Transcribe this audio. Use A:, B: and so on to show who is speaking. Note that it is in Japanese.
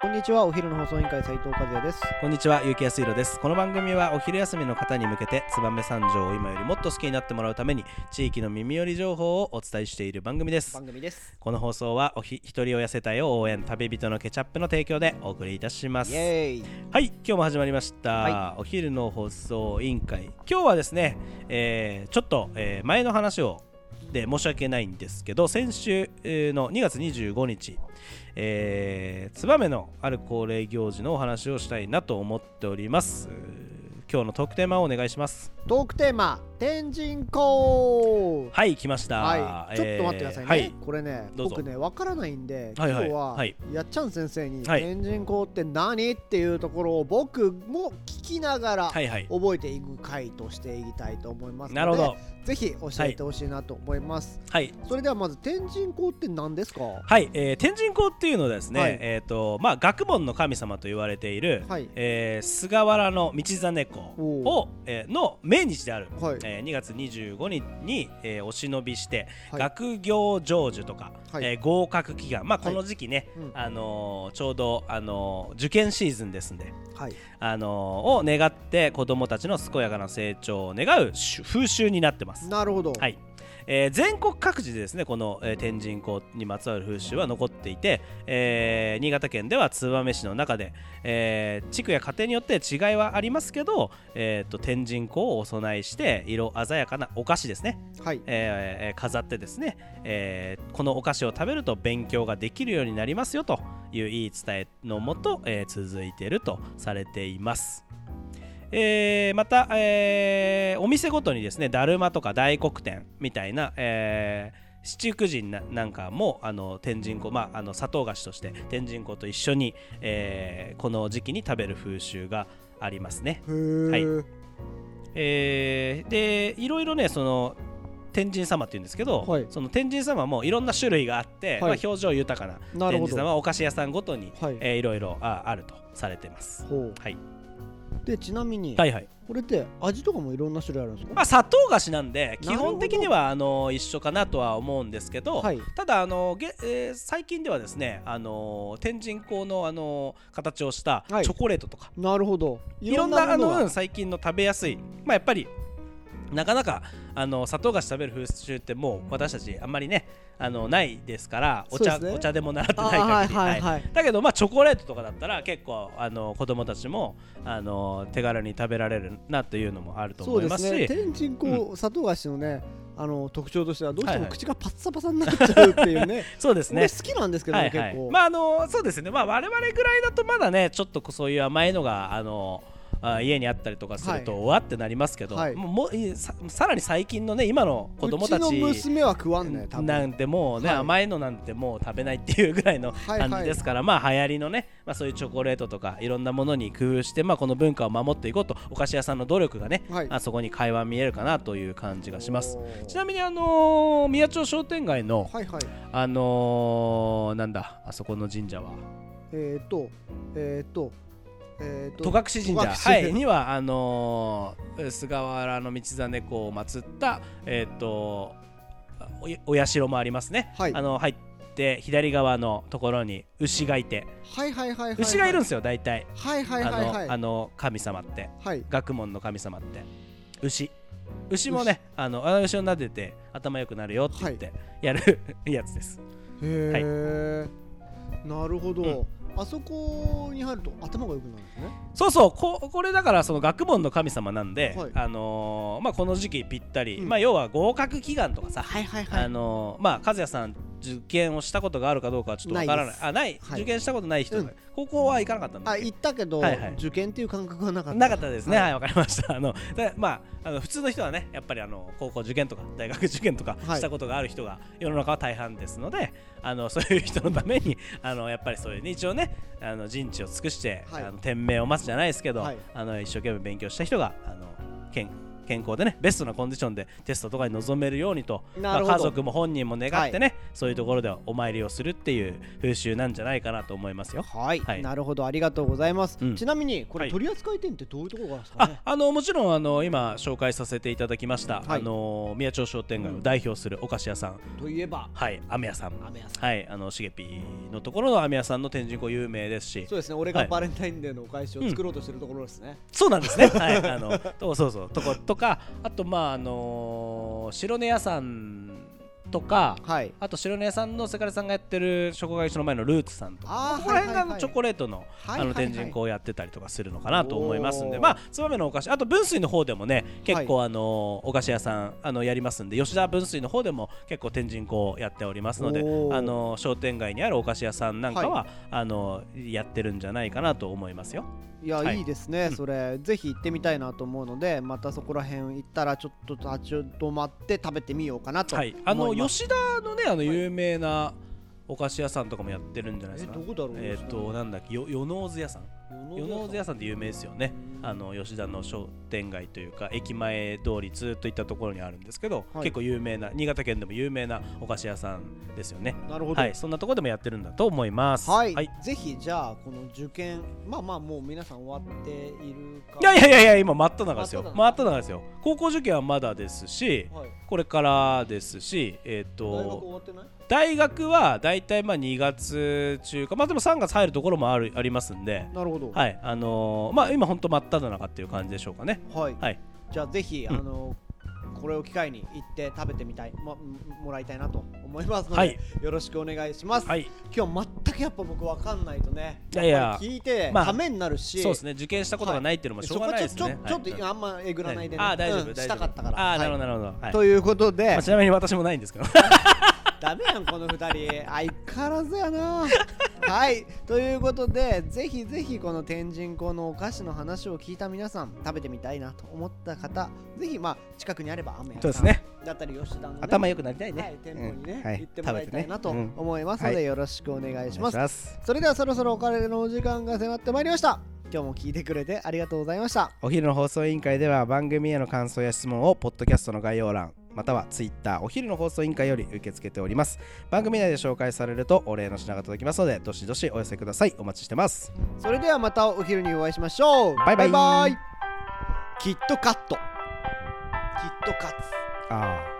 A: こんにちはお昼の放送委員会斉藤和也です
B: こんにちは、ゆうきやすいろです。この番組はお昼休みの方に向けて、燕三条を今よりもっと好きになってもらうために、地域の耳寄り情報をお伝えしている番組です。
A: 番組です
B: この放送はおひ、ひとり親世帯を応援、旅人のケチャップの提供でお送りいたします。
A: イ
B: はい、
A: エーイ
B: 今日も始まりました。
A: は
B: お昼の放送委員会。今日はですね、えーちょっと、えー前の話を、で申し訳ないんですけど先週えーの2月25日えー、燕のある恒例行事のお話をしたいなと思っておりますうー今日のトークテーマをお願いします
A: トークテーマ天神港
B: はい来ました
A: はい、ちょっと待ってくださいね、
B: はい
A: これね
B: どうぞ
A: 僕ねわからないんで、
B: はいは
A: 今
B: い
A: 日は、
B: はい
A: やっちゃん先生に、
B: はい
A: 天神港って何っていうところを僕も聞きながら、
B: はいはい
A: 覚えていく回としていきたいと思いますので
B: なるほど
A: ぜひ教えてほしいなと思います、
B: はい
A: それではまず天神港って何ですか
B: はい、えー、天神公っていうのはですね、
A: はい
B: えっ、とまあ学問の神様と言われている、
A: はい
B: えー菅原の道真公
A: お
B: を、えーの命日である、
A: はい
B: えー2月25日に、えーお忍びして、
A: はい
B: 学業成就とか、
A: はい
B: えー合格祈願まあ
A: はい
B: この時期ね、
A: うん
B: あのーちょうど、あのー受験シーズンですんで、
A: はい
B: あのーを願って子どもたちの健やかな成長を願う習風習になってます。
A: なるほど、
B: はいえー全国各地でですねこの、えー天神港にまつわる風習は残っていて、えー新潟県では燕市の中で、えー地区や家庭によって違いはありますけど、えー、と天神港をお供えして色鮮やかなお菓子ですね、
A: はい
B: えーえー飾ってですね、えーこのお菓子を食べると勉強ができるようになりますよという言い伝えのもと、えー続いているとされています。えーまた、えーお店ごとにですねだるまとか大黒天みたいな、えー七福神ななんかもあの天神粉、まあ、あの砂糖菓子として天神粉と一緒に、えーこの時期に食べる風習がありますね。
A: へー
B: はいえーでいろいろねその天神様っていうんですけど、
A: はい
B: その天神様もいろんな種類があって、
A: い
B: まあ、表情豊かな
A: なる
B: 天
A: ほ
B: 神
A: ど
B: 様はお菓子屋さんごとに、
A: はい
B: えーいろいろああるとされてます。
A: ほう
B: はい、
A: でちなみに、
B: はいはい
A: これって味とかもいろんな種類あるんですか
B: まあ、砂糖菓子なんで
A: な
B: 基
A: るほど
B: 本的にはあの一緒かなとは思うんですけど、
A: はい
B: ただあのげ、えー最近ではですね、あの天神港の、あの形をしたチ
A: はい
B: ョコレートとか、
A: なるほど
B: いろんなあ
A: も
B: の、う
A: が
B: ん最近の食べやすい、まあ、やっぱりなかなかあの砂糖菓子食べる風習ってもう私たちあんまりねあのないですからお
A: そ
B: 茶
A: うですね
B: お茶でも習って
A: あ
B: ない限り、
A: はいはい
B: はい
A: はい
B: だけどまあチョコレートとかだったら結構あの子供たちもあの手軽に食べられるなというのもあると
A: そう
B: 思い
A: で
B: ますすし
A: ね天神こう砂糖菓子のねあの特徴としてはどうして
B: はい
A: も
B: はい
A: 口がパッサパサになっちゃうっていうね
B: そうですね
A: 俺好きなんですけど
B: はい
A: ね
B: は
A: 結
B: い
A: 構、
B: まああのそうですねまあ我々ぐらいだとまだねちょっとこうそういう甘いのがあのあ家にあったりとかすると、
A: は
B: わってなりますけど、
A: はい
B: もうもういささらに最近のね今の子供た
A: うち
B: ち
A: の娘は食わんね多分
B: なんてもうね、
A: はい
B: 甘いのなんてもう食べないっていうぐらいの
A: はいはい
B: 感じですから、まあ流行りのね、まあ、そういうチョコレートとかいろんなものに工夫して、まあ、この文化を守っていこうとお菓子屋さんの努力がね、
A: はい
B: あそこに会話見えるかなという感じがします
A: おー
B: ちなみにあのー宮町商店街の、
A: はいはい
B: あのーなんだあそこの神社は
A: えっ、ー、とえっ、ー、とえっ、ー、と
B: 戸隠神
A: 戸
B: 社、
A: 隠
B: はい、 にはあのー菅原道真公を祀った、えっとおお社もありますね、
A: はい
B: あの入って左側のところに牛がいて、
A: はいはいはいはいはい
B: 牛がいるんですよ大体、
A: はいはいはい
B: あ
A: はい
B: のあの神様って
A: はい
B: 学問の神様って牛牛もねあのあの牛を撫でて頭良くなるよって言ってやる、 やつです
A: へえ、なるほど、あそこに入ると頭が良くなるんですね
B: そうそうここれだからその学問の神様なんで、
A: はい
B: あのーまあ、この時期ぴったり、
A: うん
B: まあ、要は合格祈願とかさ、
A: はいはい
B: あのーまあ和也さん受験をしたことがあるかどうかはちょっとわから
A: な
B: ないい
A: です
B: あない、
A: はい
B: 受験したことない人、
A: うん
B: 高校は行かなかったんだ
A: あ
B: っけ
A: 行ったけど、
B: はいはい
A: 受験っていう感覚はなかった
B: なかったですね
A: は
B: はいいわ、かりましたあのでまああの普通の人はねやっぱりあの高校受験とか大学受験とか
A: はい
B: したことがある人が世の中は大半ですので、あのそういう人のためにあのやっぱりそういうね一応ねあの人知を尽くして、
A: はい
B: あの天命を待つじゃないですけど、
A: はい
B: あの一生懸命勉強した人があの県健康でねベストなコンディションでテストとかに臨めるようにと、ま
A: な
B: あ
A: るほど
B: 家族も本人も願ってね、そういうところではお参りをするっていう風習なんじゃないかなと思いますよ。
A: はい、
B: はい
A: なるほどありがとうございます、
B: うん
A: ちなみにこ
B: は
A: れ
B: い
A: 取扱店ってどういうところがあるんですかね
B: あ、あのもちろんあの今紹介させていただきました、
A: はい
B: あの宮町商店街を代表するお菓子屋さん、
A: といえば
B: はい飴屋さん
A: 雨屋さん
B: はいあのしげぴのところの飴屋さんの天神湖有名ですし
A: そうですね俺がバレンタインデーのお返しを作ろうとしてるところですね、
B: そうな んですね。はい、あの、とそうそう、とことか、あと、まあ、あのー白根屋さんとか。
A: はい
B: あと白根屋さんのせかれさんがやってる食会所の前のルーツさんと
A: あー
B: かここら辺が
A: は
B: あ
A: いはいは
B: の
A: い
B: チョコレートの
A: はい
B: あ
A: は
B: の
A: いはい
B: 天神こうやってたりとかするのかなと思いますんで
A: おー
B: まあつばめのお菓子あと分水の方でもね結構あのお菓子屋さんあのやりますんで吉田分水の方でも結構天神こうやっておりますので
A: おー
B: あの商店街にあるお菓子屋さんなんかはあのやってるんじゃないかなと思いますよ。
A: いや、
B: はい
A: い、いですね、
B: うん
A: それぜひ行ってみたいなと思うのでまたそこら辺行ったらちょっと立ち止まって食べてみようかなと
B: はい、あの
A: 思います、
B: 吉田のねあの有名なお菓子屋さんとかもやってるんじゃないですか
A: えどこだろう
B: えっ、となんだっけよ与能津屋さん与能津屋さんって有名ですよねあの吉田の商店街というか駅前通りずっと行ったところにあるんですけど、
A: はい
B: 結構有名な新潟県でも有名なお菓子屋さんですよね
A: なるほど
B: はいそんなところでもやってるんだと思います
A: はい、
B: はい、
A: ぜひじゃあこの受験まあまあもう皆さん終わっているか
B: いやいやいやいや今真っ只中ですよ
A: 真
B: 真っ
A: っ
B: 只中ですよ高校受験はまだですし
A: はい、
B: これからですしえっ、
A: 大
B: と
A: 学終わってない
B: 大学は大体まあ2月中かまあでも3月入るところもあるありますんで
A: なるほど
B: はいあのーまあ今ほんと真っ只中っていう感じでしょうかね
A: はい、
B: はい
A: じゃあぜひ、
B: ん
A: あのこれを機会に行って食べてみたい、ま、もらいたいなと思いますので、
B: はい
A: よろしくお願いします、
B: はい
A: 今日全くやっぱ僕わかんないとね
B: いやいや
A: っぱり聞いて、
B: まあ
A: ためになるし
B: そうですね受験したことがないっていうのもしょ
A: そう
B: が
A: こ
B: ない
A: ち
B: で
A: ょ
B: す
A: ちょ
B: ね
A: ちょっと
B: はい
A: あんまえぐらないでね、
B: ああ大丈夫
A: うん
B: 大丈夫
A: したかったから
B: ああなるほ
A: はい
B: どなるほどはい
A: ということで、
B: まあちなみに私もないんですけど
A: ダメやんこの2人相変わらずやなはいということでぜひぜひこの天神港のお菓子の話を聞いた皆さん食べてみたいなと思った方ぜひまあ近くにあれば雨
B: そうですね
A: だったり吉田の、ね、
B: 頭良くなりたい
A: は
B: ね
A: い、店舗にね、
B: うんはい
A: 行ってもらいたいなと
B: 食べてね
A: 思いますの
B: うんは
A: で、よろしくお願いします。
B: ます
A: それではそろそろお金のお時間が迫ってまいりました。今日も聞いてくれてありがとうございました。
C: お昼の放送委員会では番組への感想や質問をポッドキャストの概要欄またはツイッターお昼の放送委員会より受け付けております番組内で紹介されるとお礼の品が届きますのでどしどしお寄せくださいお待ちしてます
A: それではまたお昼にお会いしましょう。
C: バイバイ
A: イキットカット。キットカツ。
C: ああ